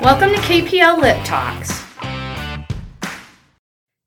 Welcome to KPL Lip Talks.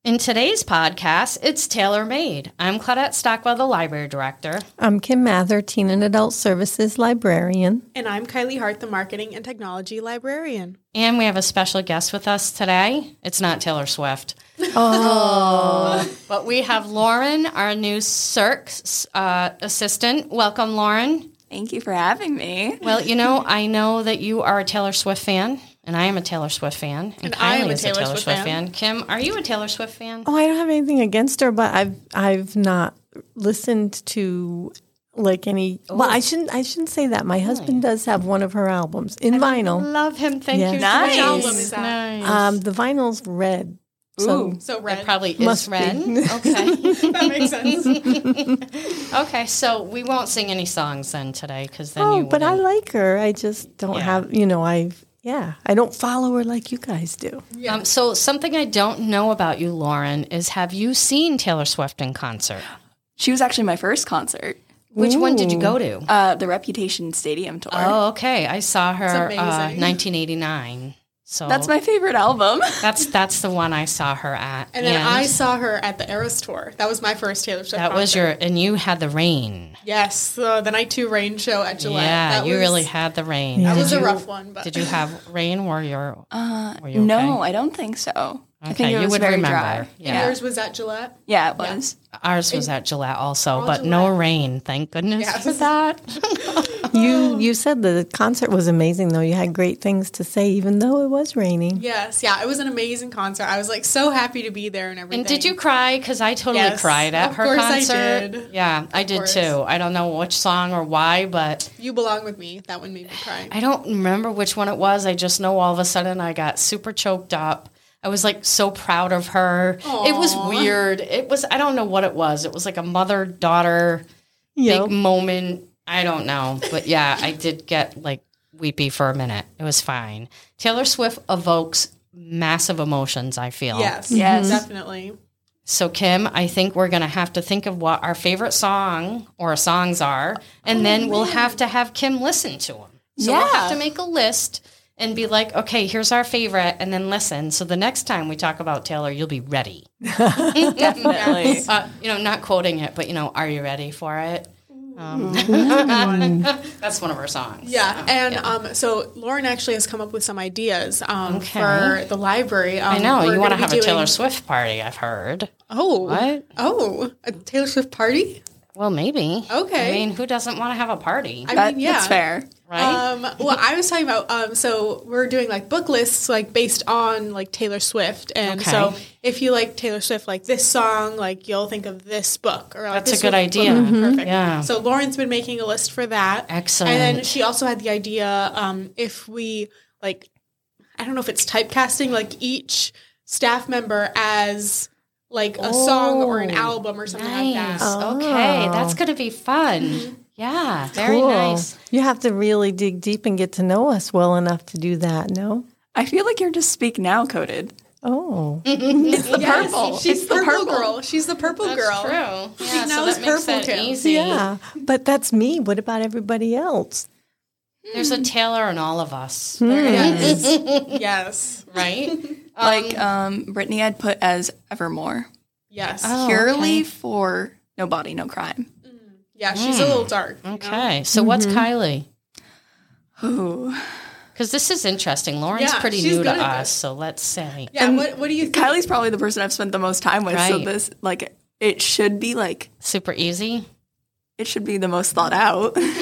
In today's podcast, it's Tailor Made. I'm Claudette Stockwell, the library director. I'm Kim Mather, Teen and Adult Services Librarian. And I'm Kylie Hart, the Marketing and Technology Librarian. And we have a special guest with us today. It's not Taylor Swift. Oh. but we have Lauren, our new CERC uh, assistant. Welcome, Lauren. Thank you for having me. Well, you know, I know that you are a Taylor Swift fan, and I am a Taylor Swift fan. And I am Kylie a is Taylor Swift fan. Kim, are you a Taylor Swift fan? Oh, I don't have anything against her, but I've I've not listened to like any. Well, I shouldn't I shouldn't say that. My husband does have one of her albums in vinyl. Love him. Thank Yes. you. Nice. So much. Album is out. Nice. Um, the vinyl's red. So So It red. probably is Must be. red. Okay. that makes sense. okay. So we won't sing any songs then today because then oh, you. but I wouldn't. like her. I just don't Yeah. have you know. I've yeah. I don't follow her like you guys do. Um, so something I don't know about you, Lauren, is have you seen Taylor Swift in concert? She was actually my first concert, Which one did you go to? uh, the Reputation Stadium tour. oh, okay. I saw her It's uh, amazing. 1989. So That's my favorite album. That's that's the one I saw her at. And then I saw her at the Eras tour. That was my first Taylor Swift. that was concert. your and you had the rain. yes, so the night two rain show at Gillette. yeah, that you was, really had the rain. That Did was a you- rough one, but Did you have rain? Were your Uh, Were you No, okay? I don't think so. I Okay, think it you was would very remember. dry. Yeah. Yours was at Gillette. Yeah, it was. Ours was at Gillette also, but no rain. Thank goodness Yes. for that. You you said the concert was amazing though. You had great things to say, even though it was raining. Yes, yeah, it was an amazing concert. I was like so happy to be there and everything. And did you cry? Because I totally Yes, cried at of her course I concert. did. Yeah, I did course. too. I don't know which song or why, but You belong with me. That one made me cry. I don't remember which one it was. I just know all of a sudden I got super choked up. I was like so proud of her. It was weird. It was I don't know what it was. It was like a mother daughter Yeah. big moment. I don't know, but yeah, I did get like weepy for a minute. It was fine. Taylor Swift evokes massive emotions. I feel Yes, Yes. definitely. So Kim, I think we're gonna have to think of what our favorite song or songs are, and Oh, then we'll have to have Kim listen to them. So we'll have Yeah. to make a list and be like, okay, here's our favorite, and then listen. So the next time we talk about Taylor, you'll be ready. Definitely. Uh, you know, not quoting it, but you know, are you ready for it? Um, that's one of our songs. Yeah, and Um, so Lauren actually has come up with some ideas um, Okay. for the library. Um, I know we're you want to gonna be have a Taylor doing- Swift party. I've heard. Oh, What? Oh, a Taylor Swift party? Well, maybe. Okay. I mean, who doesn't want to have a party, I That- mean, yeah, That's fair. right? Um, well, I was talking about um, so we're doing like book lists like based on like Taylor Swift, and Okay. so if you like Taylor Swift, like this song, like you'll think of this book. Or like, That's a this good book- idea. Mm-hmm. book. Perfect. Yeah. So Lauren's been making a list for that. Excellent. And then she also had the idea um, if we like, I don't know if it's typecasting, like each staff member as like a song or an Oh, album or something like that. Nice. Okay, that's going to be fun. Yeah, very nice. You have to really dig deep and get to know us well enough to do that. No. I feel like you're just speak now coded. Oh. Mm-hmm. The purple. She's It's the purple, girl. She's the purple girl. True. Yeah, so knows that makes purple it too. easy. Yeah, but that's me. What about everybody else? There's Mm. a Taylor in all of us, Hmm. Yes. yes. right? Like um, Brittany I'd put as Evermore. Yes. Oh, Purely okay. for No Body, No Crime. yeah, she's a little dark. you know? Okay, so what's Kylie? Ooh. Because this is interesting. Lauren's Yeah, pretty she's new to good at us, this. so let's say. Yeah, what, what do you think? Kylie's probably the person I've spent the most time with. So Right. this, like, it should be like, Super easy. it should be the most thought out.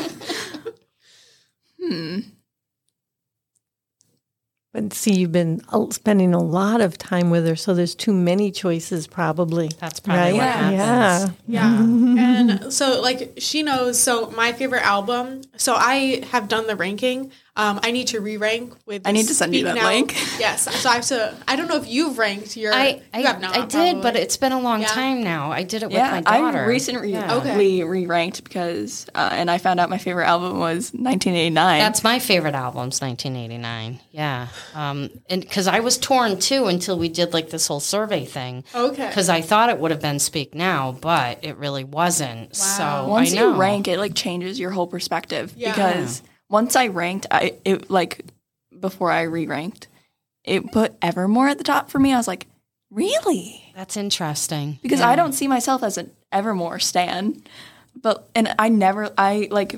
But see, you've been uh, spending a lot of time with her, so there's too many choices, probably. That's probably right? what Yeah. happens. Yeah. and so, like, she knows. So, my favorite album. So, I have done the ranking. Um, I need to re rank with. I need this to send you Speak that Now. link. Yes. So, I have to. I don't know if you've ranked your. I, I, you have not. I did, probably. but it's been a long Yeah. time now. I did it yeah, with my I daughter. recently Okay. re-ranked because, uh, and I found out my favorite album was 1989. That's my favorite albums, 1989. Yeah, um, and because I was torn too until we did like this whole survey thing. Okay. Because I thought it would have been Speak Now, but it really wasn't. So once I know. you rank, it like changes your whole perspective Yeah. because once I ranked, I it like before I re ranked, it put Evermore at the top for me. I was like, really? That's interesting. Because I don't see myself as an Evermore stan, but and I never I like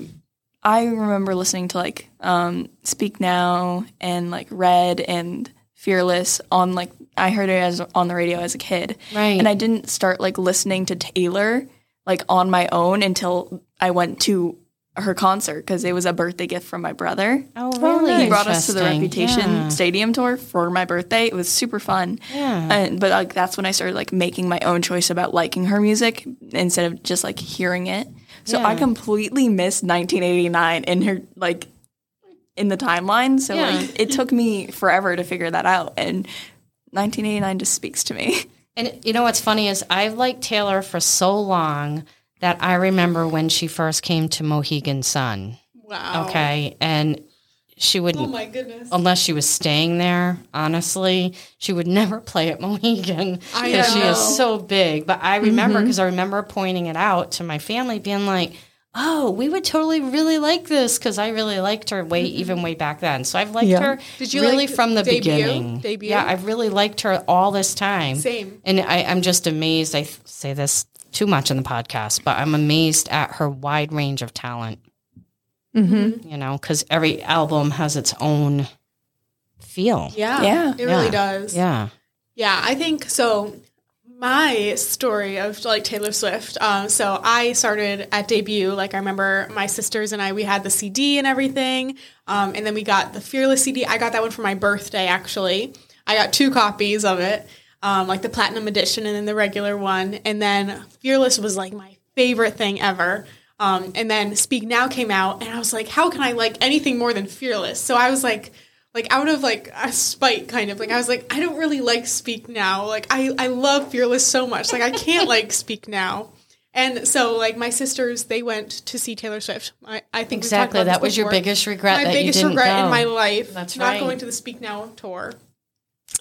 I remember listening to like um, Speak Now and like Red and Fearless on like I heard it as on the radio as a kid, Right. And I didn't start like listening to Taylor like on my own until I went to her concert because it was a birthday gift from my brother. Oh, really? He brought us to the Interesting. Reputation Yeah. Stadium tour for my birthday. It was super fun. Yeah. And, but like that's when I started like making my own choice about liking her music instead of just like hearing it. So I completely missed 1989 in her like in the timeline. So Yeah. like it took me forever to figure that out and 1989 just speaks to me. And you know what's funny is I've liked Taylor for so long that I remember when she first came to Mohegan Sun. Wow. Okay. Um, And she Oh wouldn't, my goodness. unless she was staying there, honestly, she would never play at Mohegan I because she know. is so big. But I remember because I remember pointing it out to my family, being like, Oh, we would totally really like this because I really liked her way even way back then. So I've liked Yeah. her Mm-hmm. Did you really like from the debut? beginning. Debut? Yeah, I've really liked her all this time. Same. And I, I'm just amazed. I th- say this too much in the podcast, but I'm amazed at her wide range of talent. Mm-hmm. You know, because every album has its own feel. Yeah. Yeah. It really Yeah. does. Yeah. Yeah, I think so. My story of like Taylor Swift. Um, so I started at debut. Like I remember my sisters and I, we had the CD and everything, um, and then we got the Fearless CD. I got that one for my birthday. Actually, I got two copies of it, um, like the platinum edition and then the regular one. And then Fearless was like my favorite thing ever. Um, and then Speak Now came out, and I was like, how can I like anything more than Fearless? So I was like, like out of like a spite kind of like i was like i don't really like speak now like i i love fearless so much like i can't like speak now and so like my sisters they went to see taylor swift i, I think we've talked Exactly. about this That was your before. biggest regret my that you biggest didn't regret go. in my life That's not right. going to the speak now tour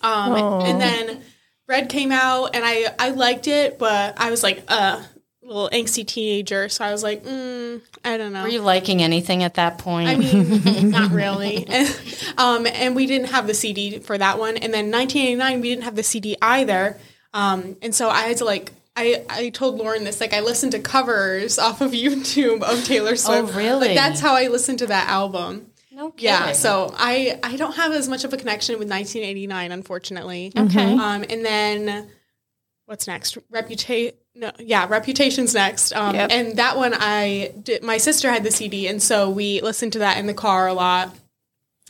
um and then red came out and i i liked it but i was like uh little angsty teenager so i was like mm, i don't know Were you liking anything at that point? I mean, not really. um, and we didn't have the CD for that one. And then 1989, we didn't have the CD either. Um, and so I had to like, I, I told Lauren this, like I listened to covers off of YouTube of Taylor Swift. Oh, really? Like that's how I listened to that album. no kidding. Yeah, so I, I don't have as much of a connection with 1989, unfortunately. okay. Um, and then what's next? Reputation. No, yeah, Reputation's next. Um, Yep. And that one, I did, my sister had the CD, and so we listened to that in the car a lot.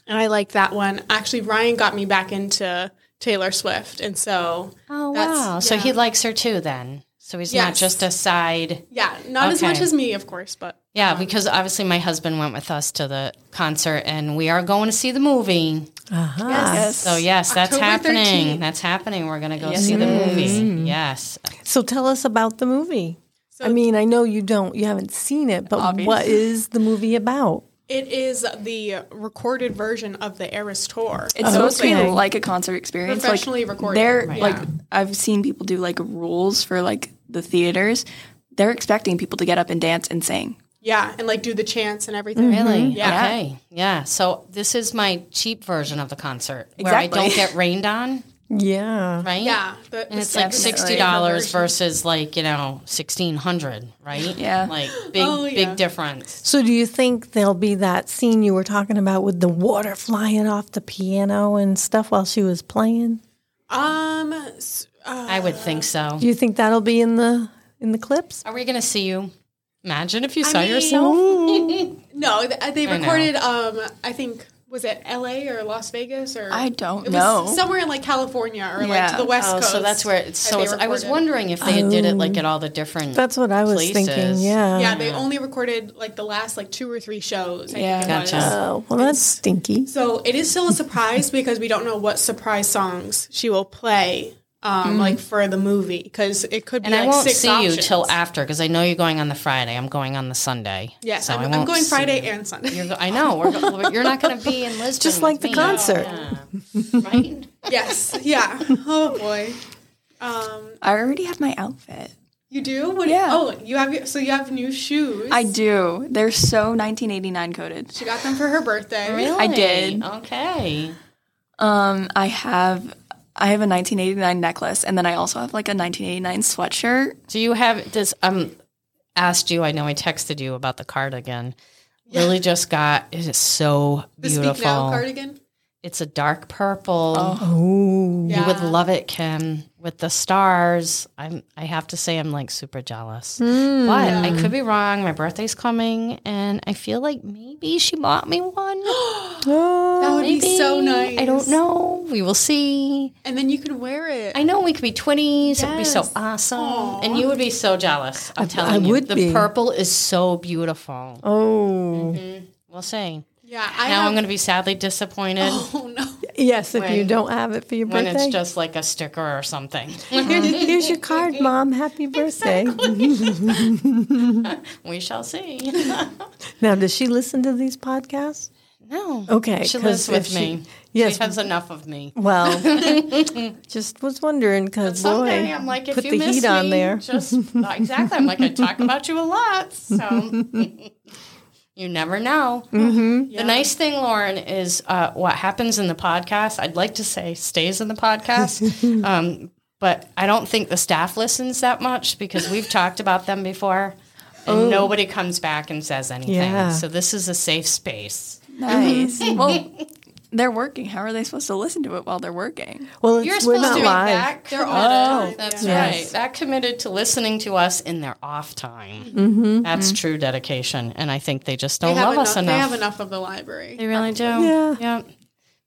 And I liked that one. Actually, Ryan got me back into Taylor Swift, and so Oh that's- wow. So yeah. he likes her too then. So he's not Yes. just a side. yeah, not as Okay. much as me, of course, but Yeah, because obviously my husband went with us to the concert and we are going to see the movie. Uh-huh. Yes. Ah, So yes, that's October happening. 13th. That's happening. We're gonna go see the movie. Yes. So tell us about the movie. I mean, I know you don't, you haven't seen it, but what is the movie about? it is the recorded version of the Eras tour. It's supposed to be Okay. like a concert experience. Professionally like, recorded. They're Right. like Yeah. I've seen people do like rules for like the theaters. They're expecting people to get up and dance and sing. yeah, and like do the chants and everything. Really? Yeah. Okay. Yeah. So this is my cheap version of the concert where Exactly. I don't get rained on, Yeah. right? Yeah, the- And the it's like Definitely. sixty dollars versus like, you know, sixteen hundred, right? Yeah. Like big Oh, yeah. big difference. So do you think there'll be that scene you were talking about with the water flying off the piano and stuff while she was playing? Um, s- uh, I would think so. Do you think that'll be in the in the clips? Are we gonna see you? Imagine if you saw mean- yourself. No, th- uh, they know. recorded. um, I think was it L.A. or Las Vegas or I don't it was know. somewhere in like California or like Yeah. to the West Oh, Coast. so that's where it's. So that they it's, I was recorded. wondering if they did it like at all the different. Um, That's what I was Places. thinking. Yeah. Yeah, Mm. they only recorded like the last like two or three shows. I Yeah. think it Gotcha. was. Oh, well, that's stinky. So it is still a surprise because we don't know what surprise songs she will play, um, like for the movie because it could be Mm. and like I won't six see you options. till after because I know you're going on the Friday. I'm going on the Sunday. Yes, so I I'm, won't I'm going see Friday you. and Sunday. You're go- I know we're go- you're not going to be in Lisbon. Just like with the me. concert. Yeah. right? yes, yeah. Oh boy. Um, I already have my outfit. You do? What Yeah. Oh, you have your- so you have new shoes. I do. They're so 1989 coded. She got them for her birthday. I did. Okay. Um, I have I have a 1989 necklace, and then I also have like a 1989 sweatshirt. Do you have does um asked you? I know I texted you about the cardigan. Lily just got it is so The beautiful. Speak Now cardigan. It's a dark purple. Oh, You would love it, Kim, with the stars. I'm I have to say I'm like super jealous. But I could be wrong. My birthday's coming and I feel like maybe she bought me one. That would be so Oh, Maybe. nice. I don't know. We will see. And then you could wear it. I know we could be twinnies. It would be so Yes. awesome. And you would be so jealous. I'm telling I you. would the be. purple is so beautiful. oh, We'll see. yeah, I now have, I'm going to be sadly disappointed Oh no. yes. If you When- don't have it for your when birthday, it's just like a sticker or something. here's, here's your card, Mom. Happy birthday. we shall see. Now, does she listen to these podcasts? no. Okay, She lives 'cause if with she- me. yes. She has enough of me. Well, just was wondering because boy, Someday I'm like, if put you the miss heat on me, there. just exactly. I'm like, I talk about you a lot, so you never know. Mm-hmm. The nice thing, Lauren, is uh, what happens in the podcast. I'd like to say stays in the podcast, um, but I don't think the staff listens that much because we've talked about them before. And nobody comes back and says anything. Oh. Yeah. So this is a safe space. Nice. Mm-hmm. well, they're working. How are they supposed to listen to it while they're working? well, it's, You're we're supposed not to be live. back. They're Oh, oh, that's yeah. right. That committed to listening to us in their off time. Mm-hmm. That's true dedication, and I think they just They don't have love enough, us They enough. have enough of the library. They really do. Yeah. Yep.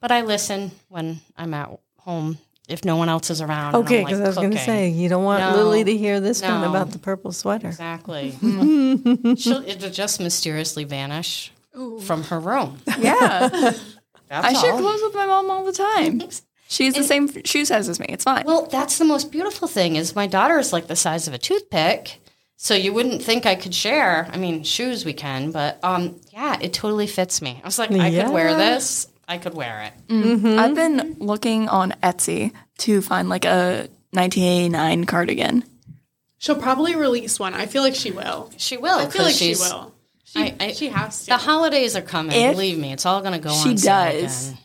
But I listen when I'm at home if no one else is around. and I'm, Okay, like, because I was going to cooking. say you don't want No, Lily to hear this one no. about the purple sweater. exactly. She'll, it'll just mysteriously vanish from her room. Yeah, That's I share all. clothes with my mom all the time. She's the same f- shoe size as me. It's fine. Well, that's the most beautiful thing is my daughter is like the size of a toothpick. So you wouldn't think I could share. I mean, shoes we can, but um, yeah, it totally fits me. I was like, I could wear Yeah. this. I could wear it. I've been looking on Etsy to find like a 1989 cardigan. She'll probably release one. I feel like she will. She will. I feel like she she's, will. She, I- I- she has to. The holidays are coming. If believe me, it's all going to go she on. sale does. again.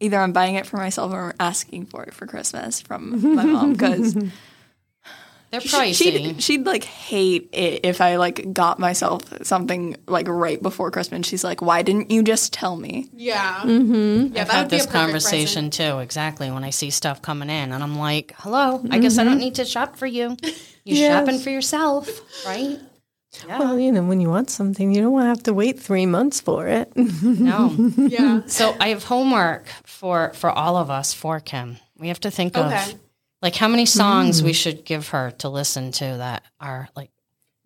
Either I'm buying it for myself or asking for it for Christmas from my mom because They're pricey. she, she'd, she'd like hate it if I like got myself something like right before Christmas. She's like, "Why didn't you just tell me?" yeah. Mm-hmm. Yeah, I've that had would be a this perfect conversation too. Exactly. When I see stuff coming in, and I'm like, "Hello, I guess I don't need to shop for you. You're shopping for yourself, right?" Well, you know, when you want something, you don't want to have to wait three months for it. No. present. Yeah. So I have homework for for all of us for Kim. We have to think Okay. of like how many songs Mm. we should give her to listen to that are like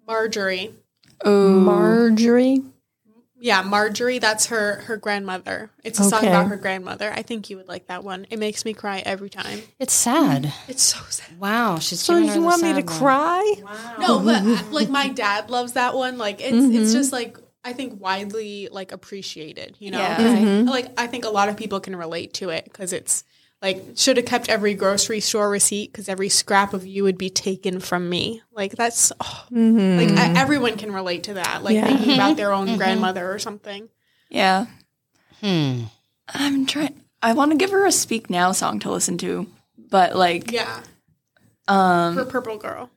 Marjorie. Marjorie. Yeah, Marjorie, that's her her grandmother. It's a song Okay. about her grandmother. I think you would like that one. It makes me cry every time. it's sad. It's so sad. Wow, she's Mm. So giving her you the want me to sad one. cry? No, Oh. but uh, like my dad loves that one. Like it's Mm-hmm. it's just like I think widely like appreciated, you know. Yeah. 'Cause I- Mm-hmm. Like I think a lot of people can relate to it cuz it's like should have kept every grocery store receipt cuz every scrap of you would be taken from me. Like that's oh. Mm-hmm. like I, everyone can relate to that. Like Mm. Yeah. thinking about their own grandmother or something. Yeah, Hmm. I'm trying. I want to give her a "Speak Now" song to listen to, but like, Yeah. um, For Purple Girl.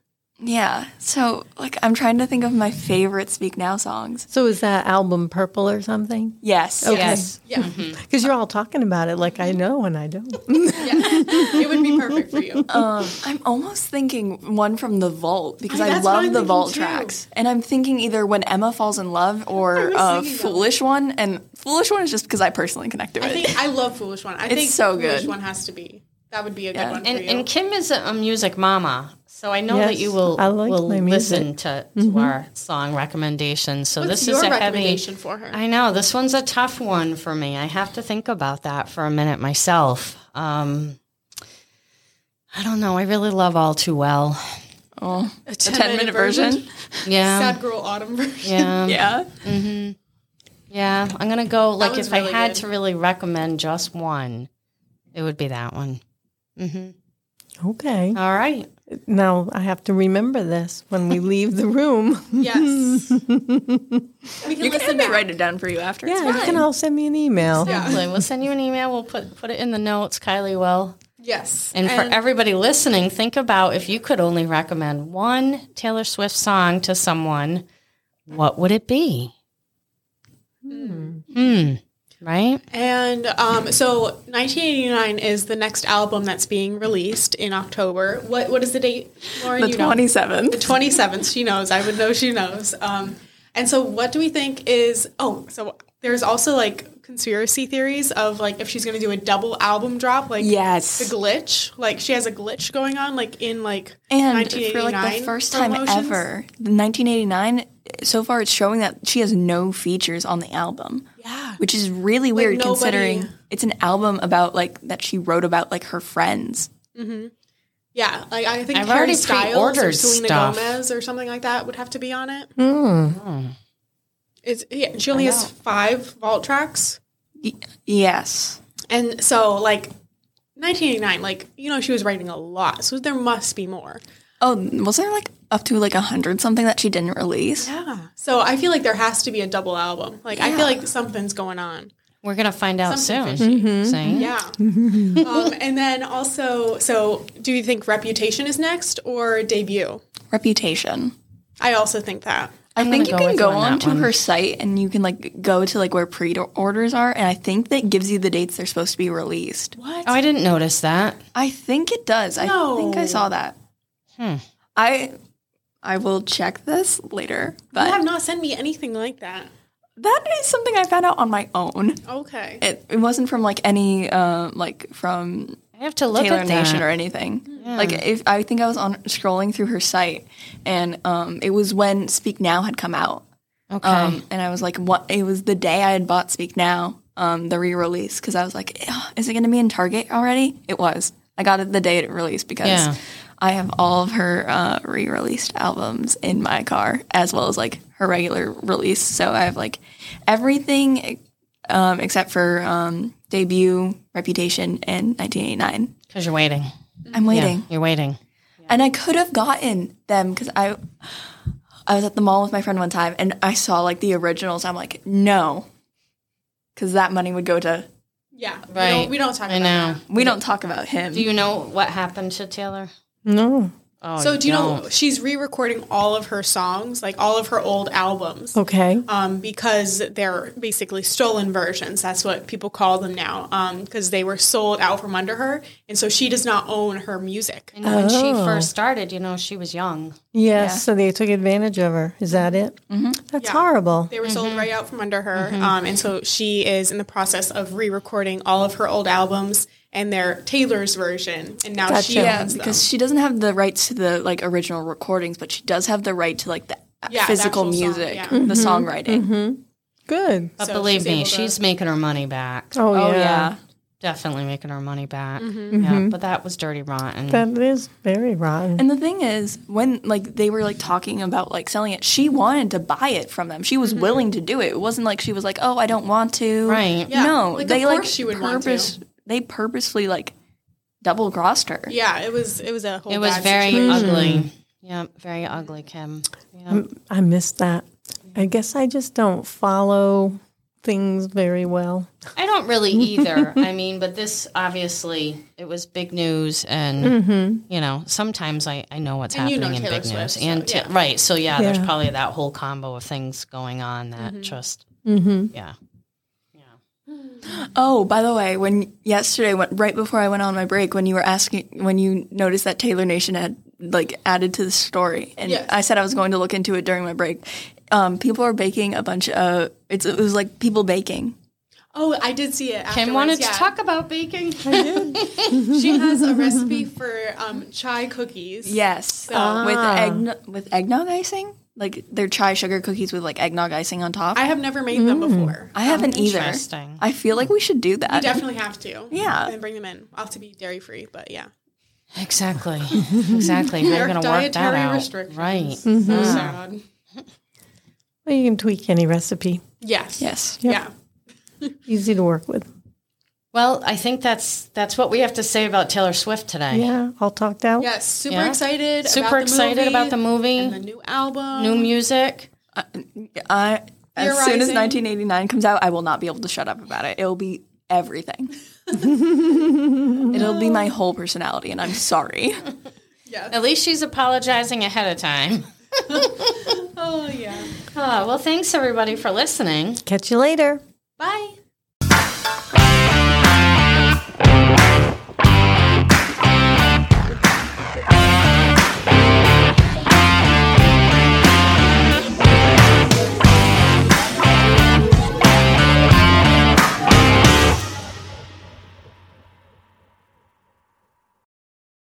yeah. So like, I'm trying to think of my favorite "Speak Now" songs. So is that album purple or something? Yes. Okay. Yes. Yeah. Because you're all talking about it like I know and I don't. it would be perfect for you. Um, I'm almost thinking one from The Vault because Hey, I that's what love I'm The Vault thinking, too. tracks, and I'm thinking either When Emma Falls in Love or uh, thinking that. Foolish One, and Foolish One is just because I personally connect to it. I think I love Foolish One. I think so Foolish good. One has to be. That would be a good Yeah. one And for you. and Kim is a, a music mama, so I know that Yes, you will I like will my music. Mm-hmm. listen to, to our song recommendations. So What's this your is a heavy recommendation for her? I know this one's a tough one for me. I have to think about that for a minute myself. Um, I don't know. I really love all too well. Oh, a 10, minute, 10-minute version. version? Yeah, Sad Girl Autumn version. yeah, yeah. Yeah. I'm gonna go. Like one's if I really had good. to really recommend just one, it would be that one. Okay. All right. Now I have to remember this when we leave the room. Yes. we can You can listen have me back. write it down for you after. It's Yeah, you can all send me an email. Yeah. Absolutely. We'll send you an email. We'll put put it in the notes, Kylie will. Yes. And, for everybody listening, think about if you could only recommend one Taylor Swift song to someone, what would it be? Hmm. Right? And um, so 1989 is the next album that's being released in October. What what is the date? Lauren, the you know? twenty seventh. The 27th. She knows. I would know. She knows. Um, and so, what do we think is? Oh, so there's also like conspiracy theories of like if she's going to do a double album drop, like Yes. the glitch. Like she has a glitch going on, like in like And 1989 for like the first time promotions. ever, the 1989. So far, it's showing that she has no features on the album. Yeah. which is really weird nobody- considering it's an album about like that she wrote about like her friends. Yeah, like I think I've Harry already Styles or pre-ordered Selena stuff. Gomez or something like that would have to be on it. Hmm. It's yeah, she only has five vault tracks, Y- yes, and so like 1989, like you know she was writing a lot, so there must be more. Oh, was there like up to like a hundred something that she didn't release? Yeah. So I feel like there has to be a double album. Like I feel like something's going on. We're gonna find out Something soon. See? Yeah. um, and then also, so do you think Reputation is next or debut? Reputation. I also think that. I think you go can with go you on that onto one. her site and you can like go to like where pre-orders are, and I think that gives you the dates they're supposed to be released. What? Oh, I didn't notice that. I think it does. I think I No. saw that. Hmm. I I will check this later, You but have not sent me anything like that. that is something I found out on my own. Okay. It, it wasn't from like any uh, like from I have to look Taylor at that. Hmm. Nation or anything. Like if I think I was on scrolling through her site, and um, it was when Speak Now had come out, okay. um, and I was like, what? It was the day I had bought Speak Now, um, the re-release, because I was like, "Ugh, is it going to be in Target already? It was. I got it the day it released because Yeah. I have all of her uh, re-released albums in my car, as well as like her regular release. So I have like everything. Um, except for um, debut, reputation, and 1989. Because you're waiting. I'm waiting. You're waiting. And I could have gotten them because I I was at the mall with my friend one time and I saw like the originals. I'm like, no. Cause that money would go to Yeah. Right. We Right. don't, we don't talk I about know. that. we don't talk about him. Do you know what happened to Taylor? No. Oh, So do you don't. know she's re-recording all of her songs, like all of her old albums, Okay. um, because they're basically stolen versions. That's what people call them now, because they were sold out from under her, and so she does not own her music. And when she first started, you know, she was young. Yes. So they took advantage of her. Is that it? Mm-hmm. That's horrible. They were sold right out from under her, um, and so she is in the process of re-recording all of her old albums and their Taylor's version, and now she Gotcha. yeah, owns because them. she doesn't have the rights to the like original recordings, but she does have the right to like the Yeah, the physical actual song, music, yeah. the songwriting. Good. But So believe she's me, able to- she's making her money back. Oh, Oh yeah. yeah. Definitely making her money back. Yeah, but that was dirty rotten. That is very rotten. And the thing is, when like they were like talking about like selling it, she wanted to buy it from them. She was willing to do it. It wasn't like she was like, "Oh, I don't want to." Right. Yeah, no, like, of they like course she would want to. purpose. They purposely like double crossed her. yeah, it was it was a whole it was bad very situation. ugly. Yeah, very ugly, Kim. Yeah. I missed that. I guess I just don't follow things very well. I don't really either. I mean, but this obviously it was big news, and you know, sometimes I, I know what's And you happening know in Taylor big Swift, news, so, and yeah. right, so yeah, there's Yeah. probably that whole combo of things going on that just yeah. Oh, by the way, when yesterday, when, right before I went on my break, when you were asking, when you noticed that Taylor Nation had like added to the story, and Yes. I said I was going to look into it during my break. Um, people are baking a bunch of. It's, it was like people baking. Oh, I did see it. Kim afterwards, wanted yeah. to talk about baking. She has a recipe for um, chai cookies. Yes, with Ah. egg with eggnog icing, like they're chai sugar cookies with like eggnog icing on top. I I, have never made them Mm-hmm. before. haven't either. interesting. I feel like we should do Uh, that. Definitely have to. Yeah. And bring them in. I'll have to be dairy free, but yeah. exactly, exactly. We're Our gonna work that dietary out, restrictions. right? So sad. Well, you can tweak any recipe. Yes. Yes. Yeah. Easy to work with. Well, I think that's that's what we have to say about Taylor Swift today. Yeah, all talked out. Yes, super Yeah. excited. Super about the excited movie about the movie. and the new album. New music. I, as You're soon as rising. 1989 comes out, I will not be able to shut up about it. It'll be everything. It'll be my whole personality, and I'm sorry. At least she's apologizing ahead of time. oh yeah. Oh, well, thanks everybody for listening. Catch you later. Bye.